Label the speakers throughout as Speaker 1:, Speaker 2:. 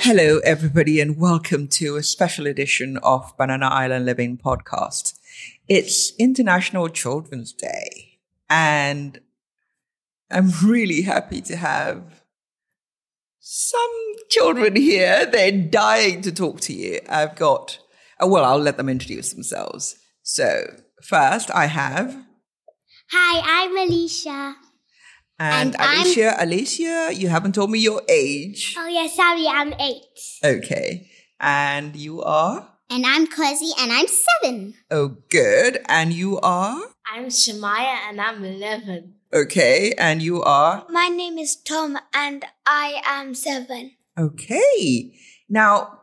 Speaker 1: Hello, everybody, and welcome to a special edition of Banana Island Living Podcast. It's International Children's Day, and I'm really happy to have some children here. They're dying to talk to you. I've got, oh, well, I'll let them introduce themselves. So, first, I have,
Speaker 2: Hi, I'm Alicia.
Speaker 1: and,
Speaker 2: And I'm-
Speaker 1: Alicia, Alicia, you haven't told me your age.
Speaker 2: Oh, yeah, sorry, I'm eight.
Speaker 1: Okay. And you are?
Speaker 2: And I'm Cozy, and I'm seven.
Speaker 1: Oh, good. And you are?
Speaker 3: I'm Shemaya and I'm 11.
Speaker 1: Okay. And you are?
Speaker 2: My name is Tom, and I am seven.
Speaker 1: Okay. Now,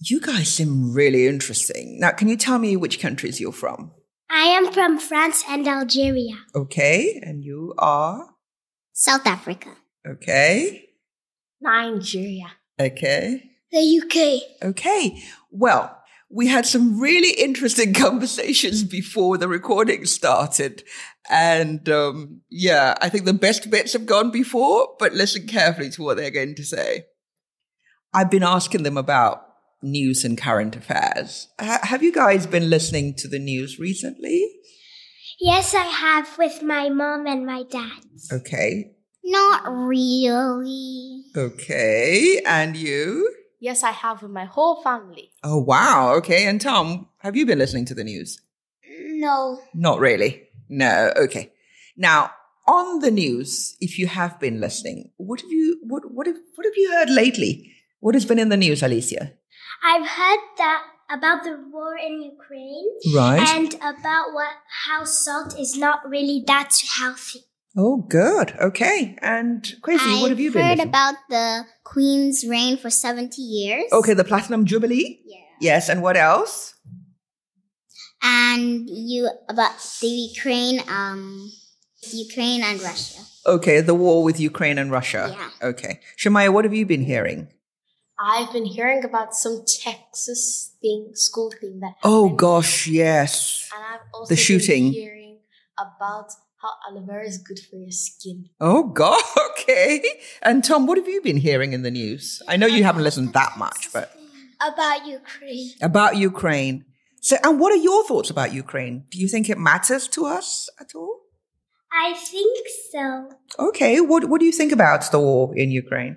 Speaker 1: you guys seem really interesting. Now, can you tell me which countries you're from?
Speaker 2: I am from France and Algeria,
Speaker 1: Okay. And you are?
Speaker 2: South Africa,
Speaker 1: Okay.
Speaker 3: Nigeria.
Speaker 1: Okay.
Speaker 2: the UK.
Speaker 1: Okay. Well, we had some really interesting conversations before the recording started. And um, yeah, I think the best bits have gone before, but listen carefully to what they're going to say. I've been asking them about news and current affairs. Ha have you guys been listening to the news recently?
Speaker 2: Yes, I have with my mom and my dad.
Speaker 1: Okay.
Speaker 2: Not really.
Speaker 1: Okay. And you?
Speaker 3: Yes, I have with my whole family.
Speaker 1: Oh, wow. Okay. And Tom, have you been listening to the news?
Speaker 2: No.
Speaker 1: Not really. No. Okay. Now, on the news, if you have been listening, what have you what what have what have you heard lately? What has been in the news, Alicia?
Speaker 2: I've heard that about the war in Ukraine and about what, how salt is not really that healthy.
Speaker 1: oh, good. Okay. And crazy. what have you been? listening-
Speaker 2: about the Queen's reign for 70 years.
Speaker 1: okay, the platinum jubilee.
Speaker 2: Yeah.
Speaker 1: Yes. And what else?
Speaker 2: And you about the Ukraine, um, Ukraine and Russia.
Speaker 1: Okay, the war with Ukraine and Russia.
Speaker 2: Yeah.
Speaker 1: Okay, Shemaya, what have you been hearing?
Speaker 3: I've been hearing about some Texas thing, school thing that
Speaker 1: Oh
Speaker 3: happened.
Speaker 1: gosh, yes.
Speaker 3: And I've also
Speaker 1: The shooting.
Speaker 3: been hearing about how aloe vera is good for your skin.
Speaker 1: Oh God, okay. And Tom, what have you been hearing in the news? I know you haven't listened that much, but
Speaker 2: About Ukraine.
Speaker 1: about Ukraine. So, and what are your thoughts about Ukraine? Do you think it matters to us at all?
Speaker 2: I think so.
Speaker 1: Okay, what what do you think about the war in Ukraine?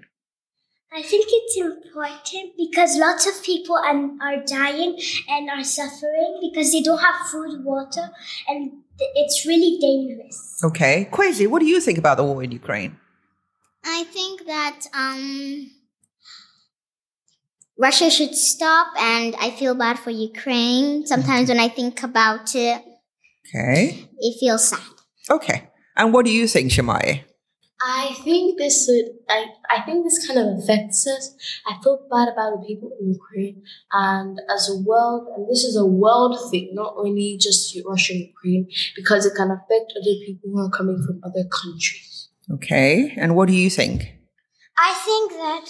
Speaker 2: I think it's important because lots of people and are dying and are suffering because they don't have food, water, and th- it's really dangerous.
Speaker 1: Okay, Kwesi, what do you think about the war in Ukraine?
Speaker 2: I think that um, Russia should stop, and I feel bad for Ukraine. Sometimes when I think about it,
Speaker 1: Okay,
Speaker 2: it feels sad.
Speaker 1: okay. And what do you think, Shemai?
Speaker 3: I think this would, I, I think this kind of affects us. I feel bad about the people in Ukraine and as a world, and this is a world thing, not only just Russia and Ukraine, because it can affect other people who are coming from other countries.
Speaker 1: Okay, and what do you think?
Speaker 2: I think that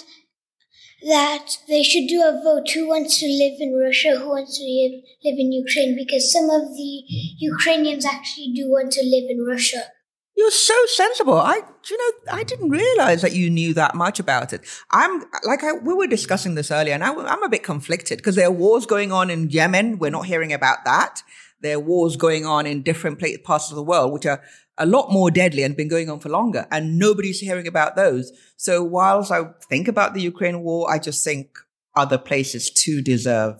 Speaker 2: that they should do a vote who wants to live in Russia, who wants to live, live in Ukraine, because some of the Ukrainians actually do want to live in Russia.
Speaker 1: You're so sensible. I, do you know, I didn't realize that you knew that much about it. I'm like, I, we were discussing this earlier and I, am a bit conflicted because there are wars going on in Yemen. We're not hearing about that. There are wars going on in different pla- parts of the world, which are a lot more deadly and been going on for longer. And nobody's hearing about those. So whilst I think about the Ukraine war, I just think other places too deserve,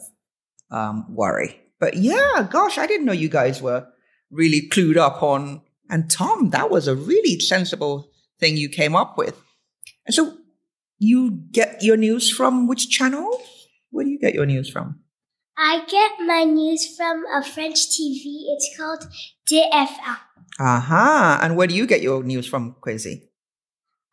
Speaker 1: um, worry. But yeah, gosh, I didn't know you guys were really clued up on. And Tom, that was a really sensible thing you came up with. And so you get your news from which channel? Where do you get your news from?
Speaker 2: I get my news from a French TV. It's called DFR.
Speaker 1: Aha. And where do you get your news from, Quincy?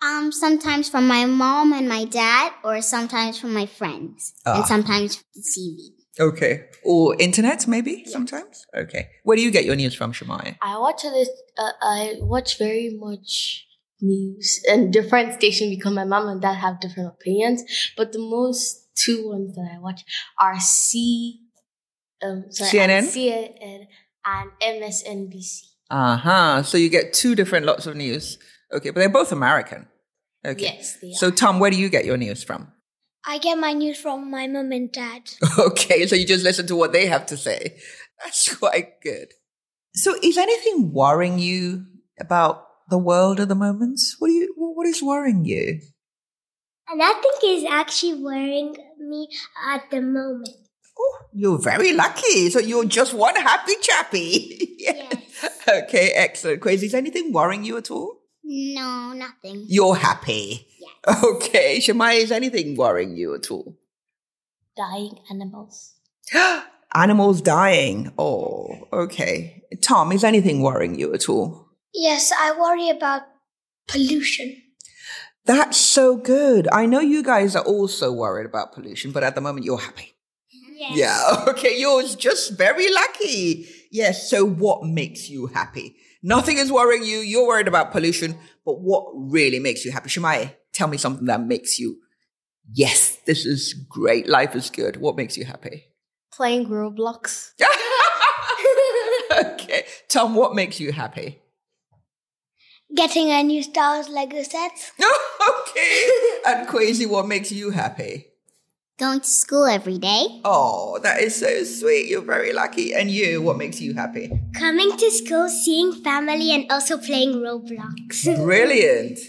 Speaker 4: Um, sometimes from my mom and my dad, or sometimes from my friends,
Speaker 1: Ah.
Speaker 4: and sometimes from the TV.
Speaker 1: Okay. Or internet, maybe sometimes? Okay. Where do you get your news from, Shamaya?
Speaker 3: I watch a lit- uh, I watch very much news and different stations because my mom and dad have different opinions. But the most two ones that I watch are C, um, sorry,
Speaker 1: CNN?
Speaker 3: and CNN and MSNBC.
Speaker 1: Aha. So you get two different lots of news. Okay. But they're both American. Okay.
Speaker 3: Yes, they are.
Speaker 1: So, Tom, where do you get your news from?
Speaker 2: I get my news from my mum and dad.
Speaker 1: Okay, so you just listen to what they have to say. That's quite good. So, is anything worrying you about the world at the moment? What do you? What is worrying you?
Speaker 2: Nothing is actually worrying me at the moment.
Speaker 1: Oh, you're very lucky. So you're just one happy chappy. Yeah. Okay, excellent. Crazy. Is anything worrying you at all?
Speaker 4: No, nothing.
Speaker 1: You're happy. Okay, Shamai, is anything worrying you at all?
Speaker 3: Dying animals.
Speaker 1: Animals dying. Oh, okay. Tom, is anything worrying you at all?
Speaker 2: Yes, I worry about pollution.
Speaker 1: That's so good. I know you guys are also worried about pollution, but at the moment you're happy.
Speaker 2: Yes.
Speaker 1: Yeah, okay, you're just very lucky. Yes, so what makes you happy? Nothing is worrying you, you're worried about pollution, but what really makes you happy? Shemai, tell me something that makes you, yes, this is great, life is good. What makes you happy?
Speaker 3: Playing Roblox.
Speaker 1: okay, Tom, what makes you happy?
Speaker 2: Getting a new Star Wars Lego set.
Speaker 1: okay, and Quasi, what makes you happy?
Speaker 4: Going to school every day.
Speaker 1: Oh, that is so sweet. You're very lucky. And you, what makes you happy?
Speaker 2: Coming to school, seeing family, and also playing Roblox.
Speaker 1: Brilliant.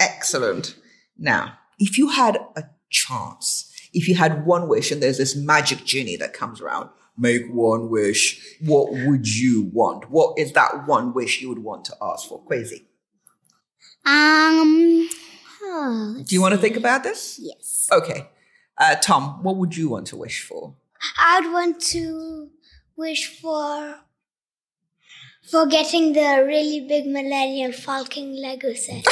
Speaker 1: Excellent. Now, if you had a chance, if you had one wish and there's this magic genie that comes around, make one wish, what would you want? What is that one wish you would want to ask for? Crazy.
Speaker 4: Um. oh,
Speaker 1: Do you want to think about this?
Speaker 4: yes.
Speaker 1: Okay. Uh, Tom, what would you want to wish for?
Speaker 2: I'd want to wish for for getting the really big Millennial Falcon Lego set.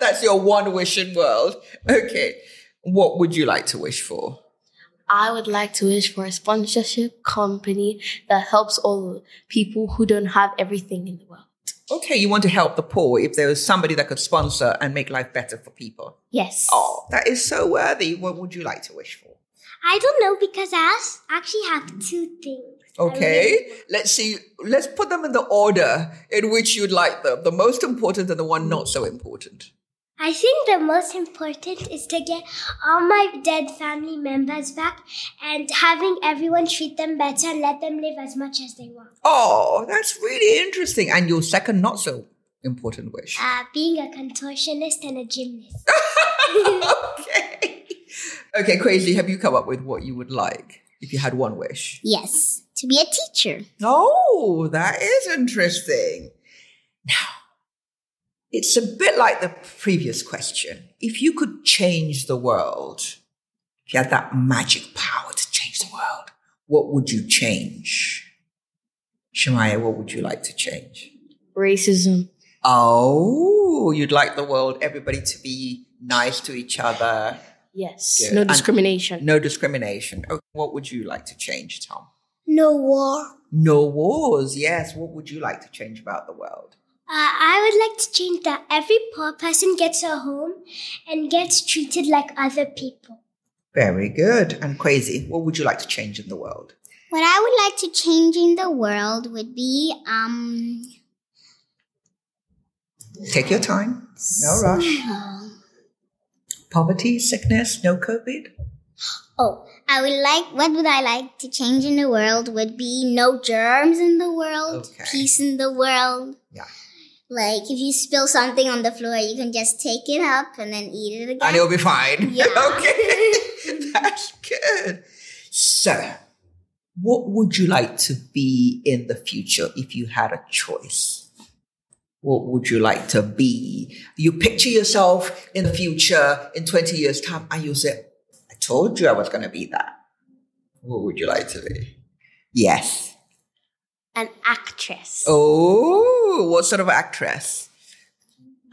Speaker 1: That's your one wish in world. Okay. What would you like to wish for?
Speaker 3: I would like to wish for a sponsorship company that helps all the people who don't have everything in the world.
Speaker 1: Okay, you want to help the poor if there was somebody that could sponsor and make life better for people.
Speaker 3: Yes.
Speaker 1: Oh, that is so worthy. What would you like to wish for?
Speaker 2: I don't know because I as- actually have two things.
Speaker 1: Okay, let's see. Let's put them in the order in which you'd like them the most important and the one not so important.
Speaker 2: I think the most important is to get all my dead family members back and having everyone treat them better and let them live as much as they want.
Speaker 1: Oh, that's really interesting. And your second not so important wish.
Speaker 2: Uh, being a contortionist and a gymnast.
Speaker 1: Okay. Okay, Crazy, have you come up with what you would like if you had one wish?
Speaker 4: Yes. To be a teacher.
Speaker 1: Oh, that is interesting. Now, it's a bit like the previous question. If you could change the world, if you had that magic power to change the world, what would you change? Shemaya, what would you like to change?
Speaker 3: Racism.
Speaker 1: Oh, you'd like the world, everybody to be nice to each other,
Speaker 3: Yes.
Speaker 1: Yeah.
Speaker 3: No
Speaker 1: And-
Speaker 3: discrimination.
Speaker 1: no discrimination. Okay, what would you like to change, Tom?
Speaker 2: No war.
Speaker 1: No wars, yes. What would you like to change about the world?
Speaker 2: Uh, I would like to change that every poor person gets a home and gets treated like other people.
Speaker 1: Very good. And crazy. What would you like to change in the world?
Speaker 4: What I would like to change in the world would be um
Speaker 1: Take your time. No rush. Poverty, sickness, no COVID.
Speaker 4: oh I would like what would I like to change in the world would be no germs in the world,
Speaker 1: Okay.
Speaker 4: peace in the world.
Speaker 1: Yeah.
Speaker 4: Like if you spill something on the floor, you can just take it up and then eat it
Speaker 1: And
Speaker 4: again.
Speaker 1: it'll be fine.
Speaker 4: Yeah.
Speaker 1: okay. That's good. So, what would you like to be in the future if you had a choice? What would you like to be? You picture yourself in the future in 20 years' time and you'll say, I told you I was going to be that. What would you like to be? Yes.
Speaker 3: An actress.
Speaker 1: Oh, what sort of actress?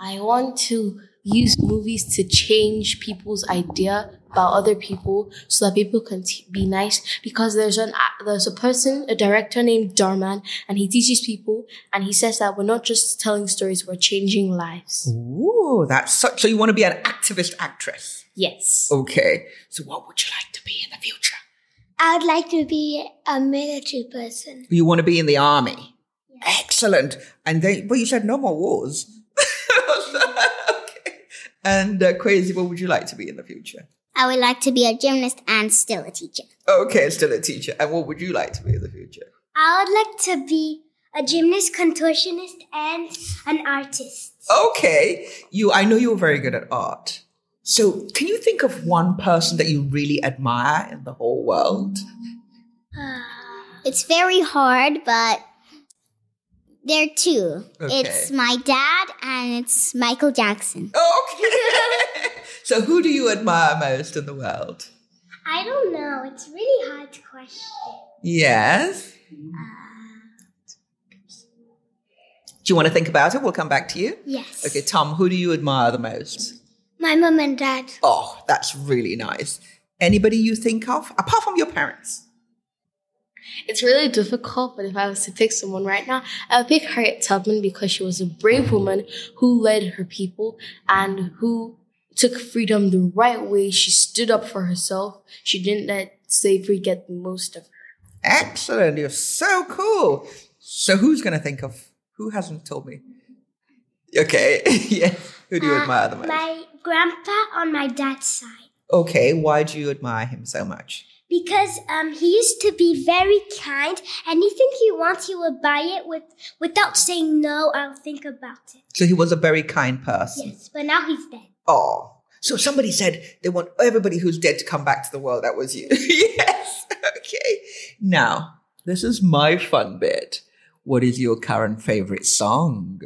Speaker 3: I want to use movies to change people's idea about other people so that people can t- be nice because there's an a- there's a person a director named Darman and he teaches people and he says that we're not just telling stories we're changing
Speaker 1: Mm.
Speaker 3: lives
Speaker 1: Ooh, that's such. So you want to be an activist actress?
Speaker 3: yes
Speaker 1: Okay. So what would you like to be in the future?
Speaker 2: I would like to be a military person.
Speaker 1: You want to be in the army? Excellent. And then, but you said no more wars. okay. And uh, crazy. What would you like to be in the future?
Speaker 4: I would like to be a gymnast and still a teacher.
Speaker 1: Okay, still a teacher. And what would you like to be in the future?
Speaker 2: I would like to be a gymnast, contortionist, and an artist.
Speaker 1: Okay, you. I know you're very good at art. So, can you think of one person that you really admire in the whole world?
Speaker 4: It's very hard, but there are two.
Speaker 1: Okay.
Speaker 4: It's my dad and it's Michael Jackson.
Speaker 1: Okay. so, who do you admire most in the world?
Speaker 2: I don't know. It's really hard to question.
Speaker 1: Yes. Do you want to think about it? We'll come back to you.
Speaker 2: Yes.
Speaker 1: Okay, Tom, who do you admire the most?
Speaker 2: My mom and dad.
Speaker 1: Oh, that's really nice. Anybody you think of apart from your parents?
Speaker 3: It's really difficult, but if I was to pick someone right now, I would pick Harriet Tubman because she was a brave woman who led her people and who took freedom the right way. She stood up for herself. She didn't let slavery get the most of her.
Speaker 1: Excellent. You're so cool. So who's going to think of who hasn't told me? Okay. yeah. Who do you admire the most?
Speaker 2: My grandpa on my dad's side.
Speaker 1: okay. Why do you admire him so much?
Speaker 2: Because um, he used to be very kind. Anything he wants, he will buy it with without saying no. I'll think about it.
Speaker 1: So he was a very kind person.
Speaker 2: Yes, but now he's dead.
Speaker 1: Oh. So somebody said they want everybody who's dead to come back to the world. That was you. yes. Okay. Now, this is my fun bit. What is your current favorite song?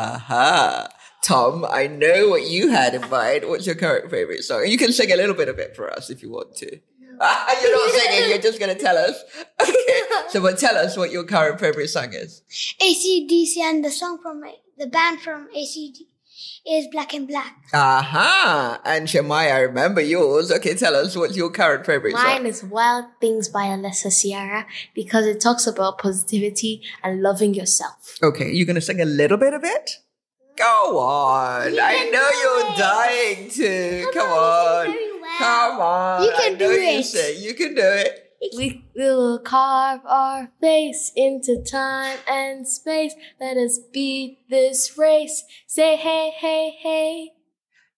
Speaker 1: Aha. Tom, I know what you had in mind. What's your current favorite song? You can sing a little bit of it for us if you want to. you're not singing, you're just going to tell us. Okay. So, but tell us what your current favorite song is.
Speaker 2: ACDC and the song from the band from ACD is Black and Black.
Speaker 1: Aha. Uh-huh. And Shemai, I remember yours. Okay, tell us what's your current favorite song.
Speaker 3: Mine is Wild Things by Alessa Sierra because it talks about positivity and loving yourself.
Speaker 1: Okay, you're gonna sing a little bit of it? Go on.
Speaker 2: You
Speaker 1: I
Speaker 2: can
Speaker 1: know
Speaker 2: do
Speaker 1: you're
Speaker 2: it.
Speaker 1: dying to. Come,
Speaker 4: Oh,
Speaker 1: on. Come
Speaker 2: on, you sing very well.
Speaker 1: on.
Speaker 2: You
Speaker 1: I
Speaker 2: can
Speaker 1: know
Speaker 2: do
Speaker 1: you
Speaker 2: it.
Speaker 1: sing. You can do it.
Speaker 3: We will carve our face into time and space. Let us beat this race. Say hey, hey, hey.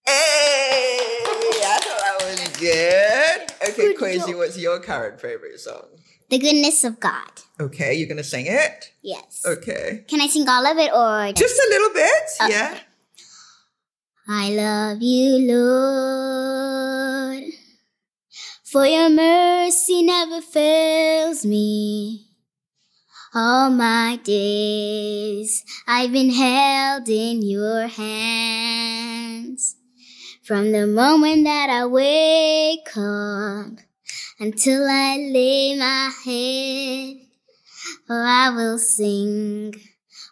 Speaker 1: Hey! I thought that was good. Okay,
Speaker 2: Good
Speaker 1: Quasi,
Speaker 2: job.
Speaker 1: what's your current favorite song?
Speaker 4: The goodness of God.
Speaker 1: Okay, you're gonna sing it?
Speaker 4: Yes.
Speaker 1: Okay.
Speaker 4: Can I sing all of it or
Speaker 1: Just a little bit,
Speaker 2: Uh,
Speaker 1: yeah.
Speaker 4: I love you, Lord, for your mercy never fails me. All my days I've been held in your hands. From the moment that I wake up until I lay my head, oh, I will sing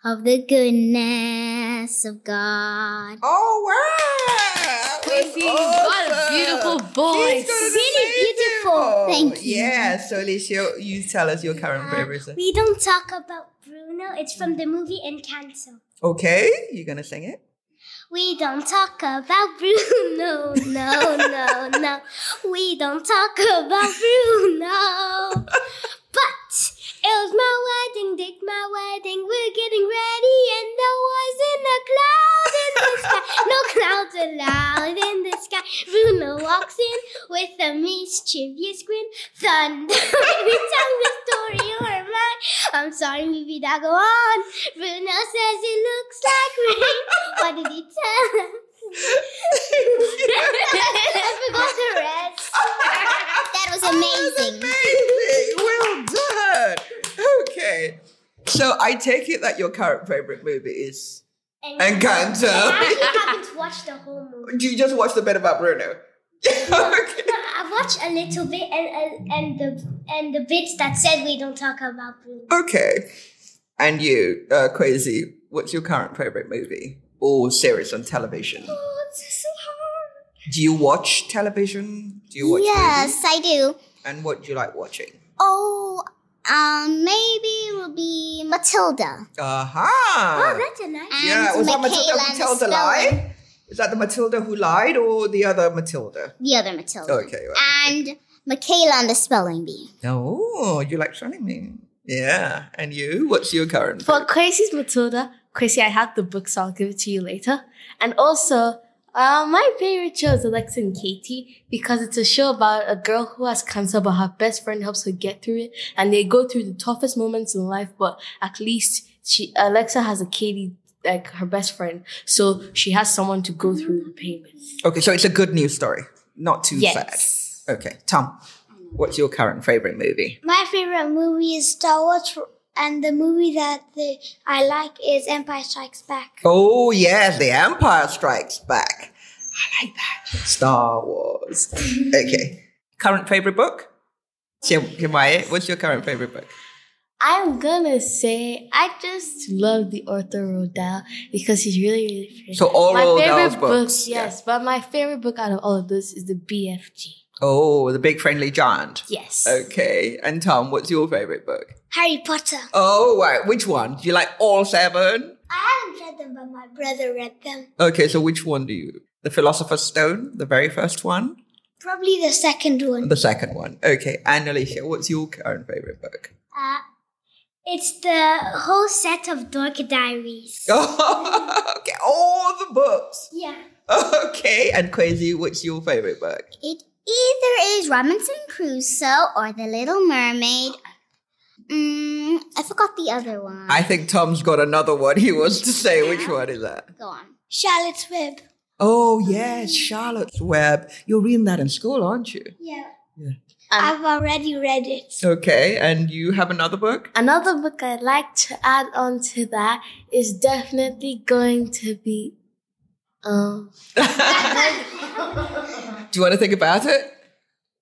Speaker 4: of the goodness of God.
Speaker 1: Oh wow! That was
Speaker 3: Quincy, what a
Speaker 1: awesome.
Speaker 3: beautiful
Speaker 1: She's
Speaker 3: voice.
Speaker 1: got an
Speaker 4: Really
Speaker 1: amazing
Speaker 4: beautiful.
Speaker 1: voice.
Speaker 4: Thank you.
Speaker 1: Yeah, so Alicia, you tell us your current favorite song.
Speaker 2: We don't talk about Bruno. It's from the movie Encanto.
Speaker 1: Okay, you're gonna sing it.
Speaker 2: We don't talk about Bruno. No, no, no. We don't talk about Bruno. But it was my wedding, did my wedding. We're getting ready, and there wasn't a cloud in the sky. No clouds allowed in the sky. Bruno walks in with a mischievous grin. Thunder, every time the story or mine. I'm sorry, maybe that go on. Bruno says it looks like rain. What did he tell us? I forgot the rest.
Speaker 4: That was amazing.
Speaker 1: Amazing. Well done. Okay. So I take it that your current favorite movie is Encanto.
Speaker 2: I haven't watched the whole movie.
Speaker 1: Do you just watch the bit about Bruno? okay.
Speaker 2: No, I've watched a little bit and, and and the and the bits that said we don't talk about Bruno.
Speaker 1: Okay. And you, uh, Quasi, what's your current favorite movie or series on television?
Speaker 2: Oh, it's so hard.
Speaker 1: Do you watch television? Do you watch movies?
Speaker 4: Yes, I do.
Speaker 1: And what do you like watching?
Speaker 4: Oh, um, maybe it will be Matilda.
Speaker 1: Aha!
Speaker 2: Oh, that's a nice.
Speaker 4: And
Speaker 1: yeah, was that Matilda
Speaker 4: Michaela
Speaker 1: who
Speaker 4: and
Speaker 1: tells a
Speaker 4: Stella.
Speaker 1: lie? Is that the Matilda who lied or the other Matilda?
Speaker 4: The other Matilda.
Speaker 1: Okay. Right.
Speaker 4: And Michaela and the spelling bee.
Speaker 1: Oh, you like Shining Man? Yeah. And you? What's your current?
Speaker 3: For Crazy's Matilda, Crazy, I have the book, so I'll give it to you later. And also, Uh, my favorite show is Alexa and Katie because it's a show about a girl who has cancer, but her best friend helps her get through it, and they go through the toughest moments in life. But at least she Alexa has a Katie like her best friend, so she has someone to go through the pain with.
Speaker 1: Okay, so it's a good news story, not too
Speaker 3: Yes.
Speaker 1: sad. Okay, Tom, what's your current favorite movie?
Speaker 2: My favorite movie is Star Wars, and the movie that the, I like is Empire Strikes Back.
Speaker 1: Oh yes, The Empire Strikes Back. I like that. Star Wars. Okay, current favorite book? Chimaye, what's your current favorite book?
Speaker 3: I'm gonna say I just love the author Rodal because he's really really pretty.
Speaker 1: So all
Speaker 3: my
Speaker 1: Roald Dahl's
Speaker 3: favorite
Speaker 1: books, yeah.
Speaker 3: yes, but my favorite book out of all of those is the BFG.
Speaker 1: Oh, The Big Friendly Giant.
Speaker 3: Yes.
Speaker 1: Okay, and Tom, what's your favorite book?
Speaker 2: Harry Potter.
Speaker 1: Oh, right. Which one? Do you like all seven?
Speaker 2: I haven't read them, but my brother read them.
Speaker 1: Okay, so which one do you? The Philosopher's Stone, the very first one,
Speaker 2: Probably the second one.
Speaker 1: the second one. Okay, and Alicia, what's your current favorite book?
Speaker 4: Uh, it's the whole set of Dork Diaries.
Speaker 1: okay, all the books.
Speaker 2: Yeah.
Speaker 1: Okay, and Crazy, what's your favorite book?
Speaker 4: It either is Robinson Crusoe or The Little Mermaid. Mm, I forgot the other one.
Speaker 1: I think Tom's got another one he wants to say. Which one is that?
Speaker 4: Go on.
Speaker 2: Charlotte's Web.
Speaker 1: Oh yes, Charlotte's Web. You're reading that in school, aren't you?
Speaker 2: Yeah.
Speaker 3: Um,
Speaker 2: I've already read it.
Speaker 1: Okay, and you have another book?
Speaker 3: Another book I'd like to add on to that is definitely going to be um
Speaker 1: Do you want to think about it?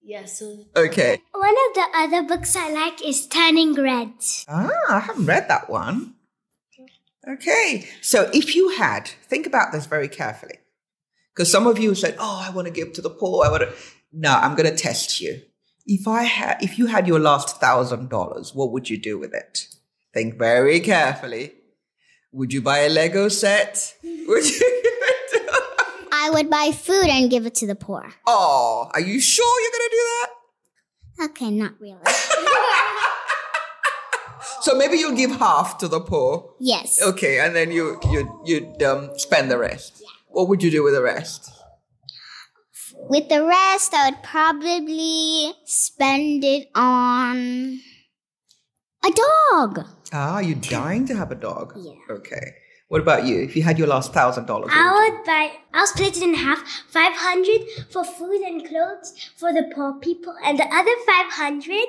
Speaker 3: yeah, so
Speaker 1: Okay.
Speaker 4: One of the other books I like is Turning Red.
Speaker 1: Ah, I haven't read that one. Okay. So if you had, think about this very carefully. Because some of you said, Oh, I want to give to the poor. I want to. No, I'm going to test you. If I had, if you had your last thousand dollars, what would you do with it? Think very carefully. Would you buy a Lego set? Would you give it to-
Speaker 4: I would buy food and give it to the poor.
Speaker 1: Oh, are you sure you're going to do that?
Speaker 4: Okay, not really.
Speaker 1: So maybe you'll give half to the poor.
Speaker 4: Yes.
Speaker 1: Okay, and then you you you'd um, spend the rest. What would you do with the rest?
Speaker 4: With the rest, I would probably spend it on a dog.
Speaker 1: Ah, you're dying to have a dog.
Speaker 4: Yeah.
Speaker 1: Okay. What about you? If you had your last thousand dollars,
Speaker 2: I would buy. I'll split it in half. Five hundred for food and clothes for the poor people, and the other five hundred,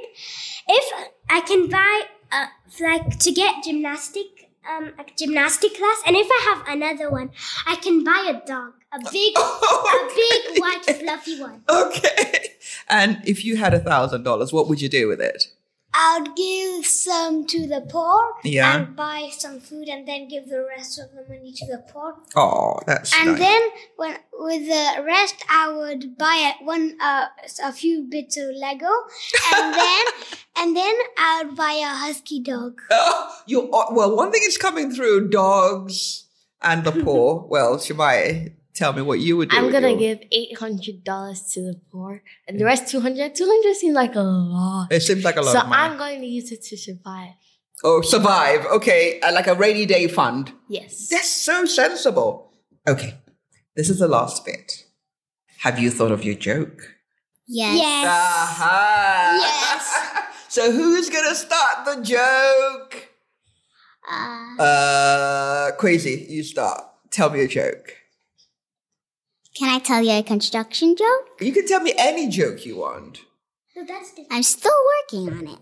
Speaker 2: if I can buy, uh, like to get gymnastic, um, a gymnastic class, and if I have another one, I can buy a dog, a big, a big white fluffy one.
Speaker 1: okay. And if you had a thousand dollars, what would you do with it?
Speaker 2: I'd give some to the poor
Speaker 1: Yeah.
Speaker 2: and buy some food, and then give the rest of the money to the poor.
Speaker 1: Oh, that's
Speaker 2: And
Speaker 1: nice.
Speaker 2: then when with the rest, I would buy a- one uh, a few bits of Lego, and then and then I would buy a husky dog.
Speaker 1: Oh, you are- well, one thing is coming through: dogs and the poor. well, Shemai, tell me what you would do.
Speaker 3: I'm
Speaker 1: with
Speaker 3: gonna
Speaker 1: your-
Speaker 3: give eight hundred dollars to the poor and the rest two hundred. Two hundred seems like a lot.
Speaker 1: It seems like a lot
Speaker 3: so
Speaker 1: of money.
Speaker 3: I'm going to use it to survive.
Speaker 1: oh, survive. Okay, uh, like a rainy day fund.
Speaker 3: Yes.
Speaker 1: That's so sensible. Okay, this is the last bit. Have you thought of your joke?
Speaker 4: Yes.
Speaker 1: Ah. Aha!
Speaker 4: Yes.
Speaker 1: Uh-huh. so who's gonna start the joke?
Speaker 4: Uh,
Speaker 1: Uh, crazy. You start. Tell me a joke.
Speaker 4: can I tell you a construction joke?
Speaker 1: You can tell me any joke you want.
Speaker 2: So that's the
Speaker 4: I'm still working on it.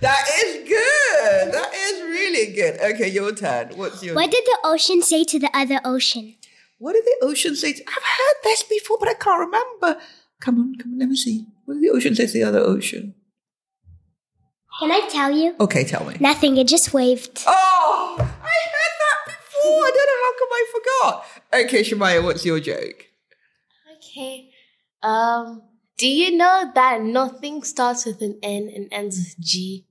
Speaker 1: That is good. That is really good. Okay, your turn. What's your?
Speaker 4: What did the ocean say to the other ocean?
Speaker 1: What did the ocean say? To, I've heard this before, but I can't remember. Come on, come on. Let me see. What did the ocean say to the other ocean?
Speaker 4: Can I tell you?
Speaker 1: Okay, tell me.
Speaker 4: Nothing, it just waved.
Speaker 1: Oh, I heard that before. I don't know how come I forgot. Okay, Shemaya, what's your joke?
Speaker 3: Okay. Um do you know that nothing starts with an N and ends with G?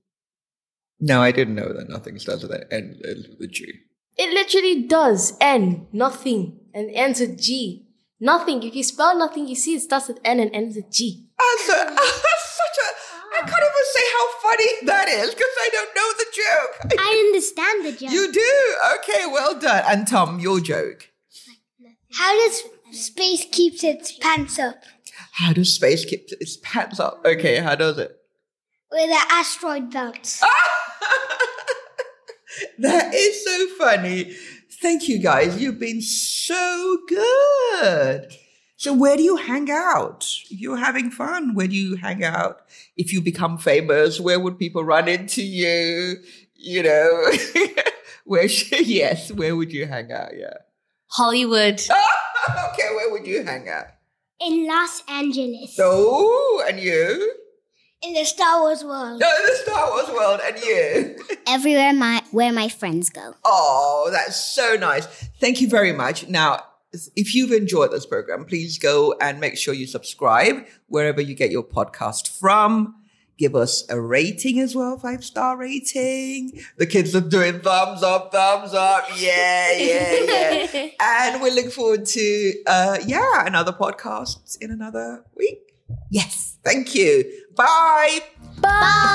Speaker 1: No, I didn't know that nothing starts with an N ends with a G.
Speaker 3: It literally does. N, nothing, and ends with G. Nothing. If you spell nothing, you see it starts with N and ends with G.
Speaker 1: That's, a, that's such a. I can't even say how funny that is because I don't know the joke.
Speaker 4: I understand the joke.
Speaker 1: You do. Okay, well done. And Tom, your joke.
Speaker 2: How does space keeps its pants up?
Speaker 1: How does space keep its pants up? Okay, how does it?
Speaker 2: With an asteroid belt.
Speaker 1: That is so funny. Thank you guys. You've been so good. So where do you hang out? You're having fun. Where do you hang out? If you become famous, where would people run into you? You know, where should, yes, where would you hang out? Yeah.
Speaker 5: Hollywood.
Speaker 1: Okay, where would you hang out?
Speaker 2: In Los Angeles.
Speaker 1: So, and you?
Speaker 2: In the Star Wars world.
Speaker 1: No, the Star Wars world, and you?
Speaker 4: Everywhere my where my friends go.
Speaker 1: Oh, that's so nice. Thank you very much. Now, if you've enjoyed this program, please go and make sure you subscribe wherever you get your podcast from. Give us a rating as well, five star rating. The kids are doing thumbs up, thumbs up. Yeah, yeah, yeah. and we look forward to, uh, yeah, another podcast in another week. Yes. Thank you. Bye.
Speaker 4: Bye.